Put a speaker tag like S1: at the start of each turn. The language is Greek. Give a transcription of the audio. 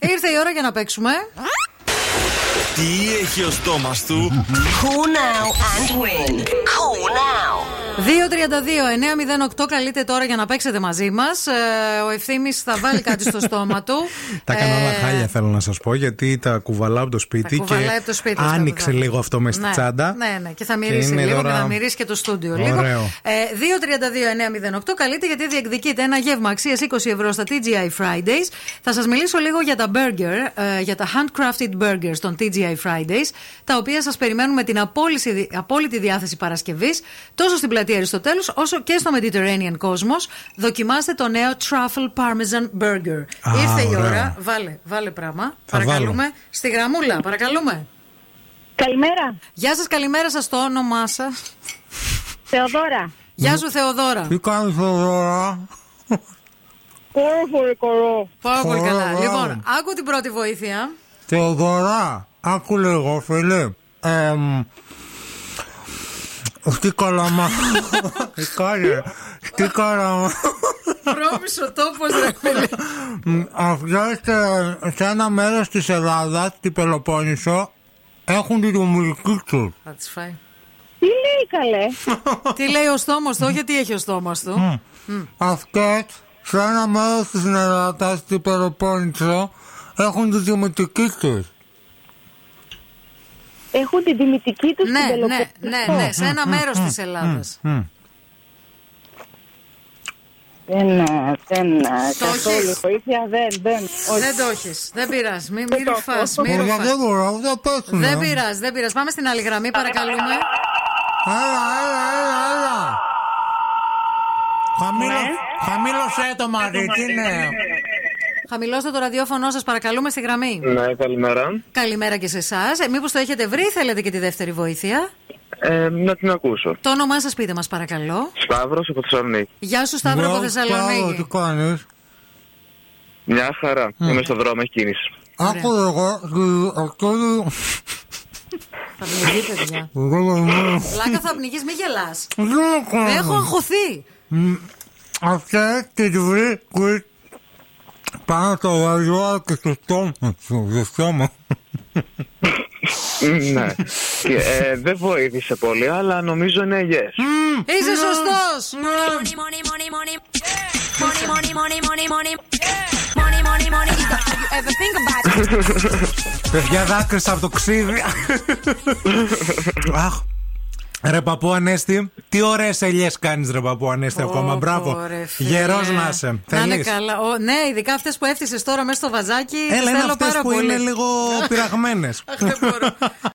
S1: ήρθε η ώρα για να παίξουμε.
S2: Τι έχει ο στόμας του.
S3: Call now and win. Call now.
S1: 232-908 καλείτε τώρα για να παίξετε μαζί μας. Ε, ο ευθύνη θα βάλει κάτι στο στόμα του.
S4: Τα έκανα όλα
S1: Ε,
S4: χάλια, θέλω να σας πω, γιατί τα κουβαλάω από το
S1: τα
S4: σπίτι
S1: κουβαλάει
S4: και
S1: από το σπίτι αυτό
S4: άνοιξε
S1: το δω.
S4: λίγο αυτό μες στη
S1: ναι,
S4: τσάντα.
S1: Ναι, ναι, και θα μυρίσει
S4: είναι
S1: λίγο
S4: τώρα-
S1: και θα μυρίσει και το στούντιο λίγο.
S4: Ωραίο.
S1: Ε, 232-908 καλείτε γιατί διεκδικείτε ένα γεύμα αξίας 20 ευρώ στα TGI Fridays. Θα σας μιλήσω λίγο για τα burger, ε, για τα handcrafted burgers των TGI Fridays, τα οποία σας περιμένουν με την απόλυση, απόλυτη διάθεση Παρασκευής, τόσο στην πλατεία Αριστοτέλους, όσο και στο Mediterranean Cosmos. Δοκιμάστε το νέο Truffle Parmesan Burger.
S4: Α,
S1: Ήρθε η
S4: ωραίο.
S1: ώρα. Βάλε, βάλε πράγμα.
S4: Θα
S1: παρακαλούμε.
S4: βάλω.
S1: Στη γραμμούλα, παρακαλούμε.
S5: Καλημέρα,
S1: Γεια σας, καλημέρα σας, το όνομά σας.
S5: Θεοδώρα.
S1: Γεια σου Θεοδώρα.
S4: Τι κάνεις τώρα.
S5: Κόρφορε κορό.
S1: Πάρα πολύ
S4: Ωραία,
S1: καλά.
S4: μπράβο.
S1: Λοιπόν, άκου την πρώτη βοήθεια.
S4: Θεοδωρά, άκου λίγο, φίλε. Εμ, Στη καλαμά. Τι κάνει. Στη καλαμά.
S1: Βρώμης ο τόπος ρε φίλε.
S4: Αυτό σε- σε ένα μέρος της Ελλάδας, την Πελοπόννησο, έχουν τη δομιλική του.
S1: Θα τις φάει.
S5: Τι λέει καλέ.
S1: Τι λέει ο στόμος του, όχι τι έχει ο στόμος του.
S4: Αυτές σε ένα μέρος της Ελλάδας, στην Πελοπόννησο, έχουν τη δημοτική τους.
S5: Έχουν την τιμητική τους
S1: Ναι,
S5: στην
S1: ναι,
S5: Πελοπόννησο.
S1: ναι, ναι, σε ένα μέρος της Ελλάδας.
S5: Δεν, α, δεν, α,
S1: Το
S5: καθόλου
S1: έχεις.
S5: βοήθεια, δεν, δεν. Όχι.
S1: Δεν το έχεις, δεν πειράζει, μη, μη
S5: το έχω.
S1: ρουφάς, μη
S4: Ωραία,
S1: ρουφάς.
S4: δεν μπορώ, δεν πέσουν. ε.
S1: Δεν πειράζει, δεν πειράζει. Πάμε στην άλλη γραμμή, παρακαλούμε.
S4: Έλα, έλα, έλα, έλα. Χαμήλω,
S1: Ναι. Ε,
S4: Χαμήλωσέ το Μαρή, τι είναι.
S1: Χαμηλώστε το ραδιόφωνο σας, παρακαλούμε στη γραμμή.
S6: Ναι, καλημέρα.
S1: Καλημέρα και σε εσάς. Ε, Μήπως το έχετε βρει, θέλετε και τη δεύτερη βοήθεια.
S6: Ε, να την ακούσω.
S1: Το όνομά σας πείτε μας, παρακαλώ.
S6: Σταύρος από Θεσσαλονίκη.
S1: Γεια σου, Σταύρο από
S4: Μπράβο, μπράβο, Τι
S1: Θεσσαλονίκη.
S4: κάνεις.
S6: Μια χαρά. Είμαι στο δρόμο, έχει κίνηση.
S4: Άκου εγώ, στη- αυτό είναι-
S1: Θα πνιγεί, παιδιά.
S4: εγώ δεν είμαι-
S1: Πλάκα θα πνιγείς, μη γελάς.
S4: Δεν κάνω.
S1: Έχω αγχωθεί.
S4: Αυτές τις βρίσκεις πάνω στο βαριό και στο στόμα σου, στο στόμα.
S6: Μ, ναι. Και, ε, δεν βοήθησε πολύ, αλλά νομίζω είναι yes.
S1: Είσαι σωστός.
S7: Money, money, money, money. Money, money, money, money, money. Money, money, money. is all you ever think about.
S4: Παιδιά δάκρυσα από το ξύδι. Αχ. Ρε παππού Ανέστη, τι ωραίες ελιές κάνεις, ρε παππού Ανέστη, ακόμα. Μπράβο. Γερός να είσαι.
S1: Να είναι
S4: Θέλεις.
S1: καλά. Ο, ναι, ειδικά αυτές που έφτιασε τώρα μέσα στο βαζάκι. τις
S4: Έλα, είναι
S1: θέλω
S4: αυτές
S1: πάρα
S4: που
S1: πολύ.
S4: είναι λίγο πειραγμένες.
S1: Αχ, δεν μπορώ.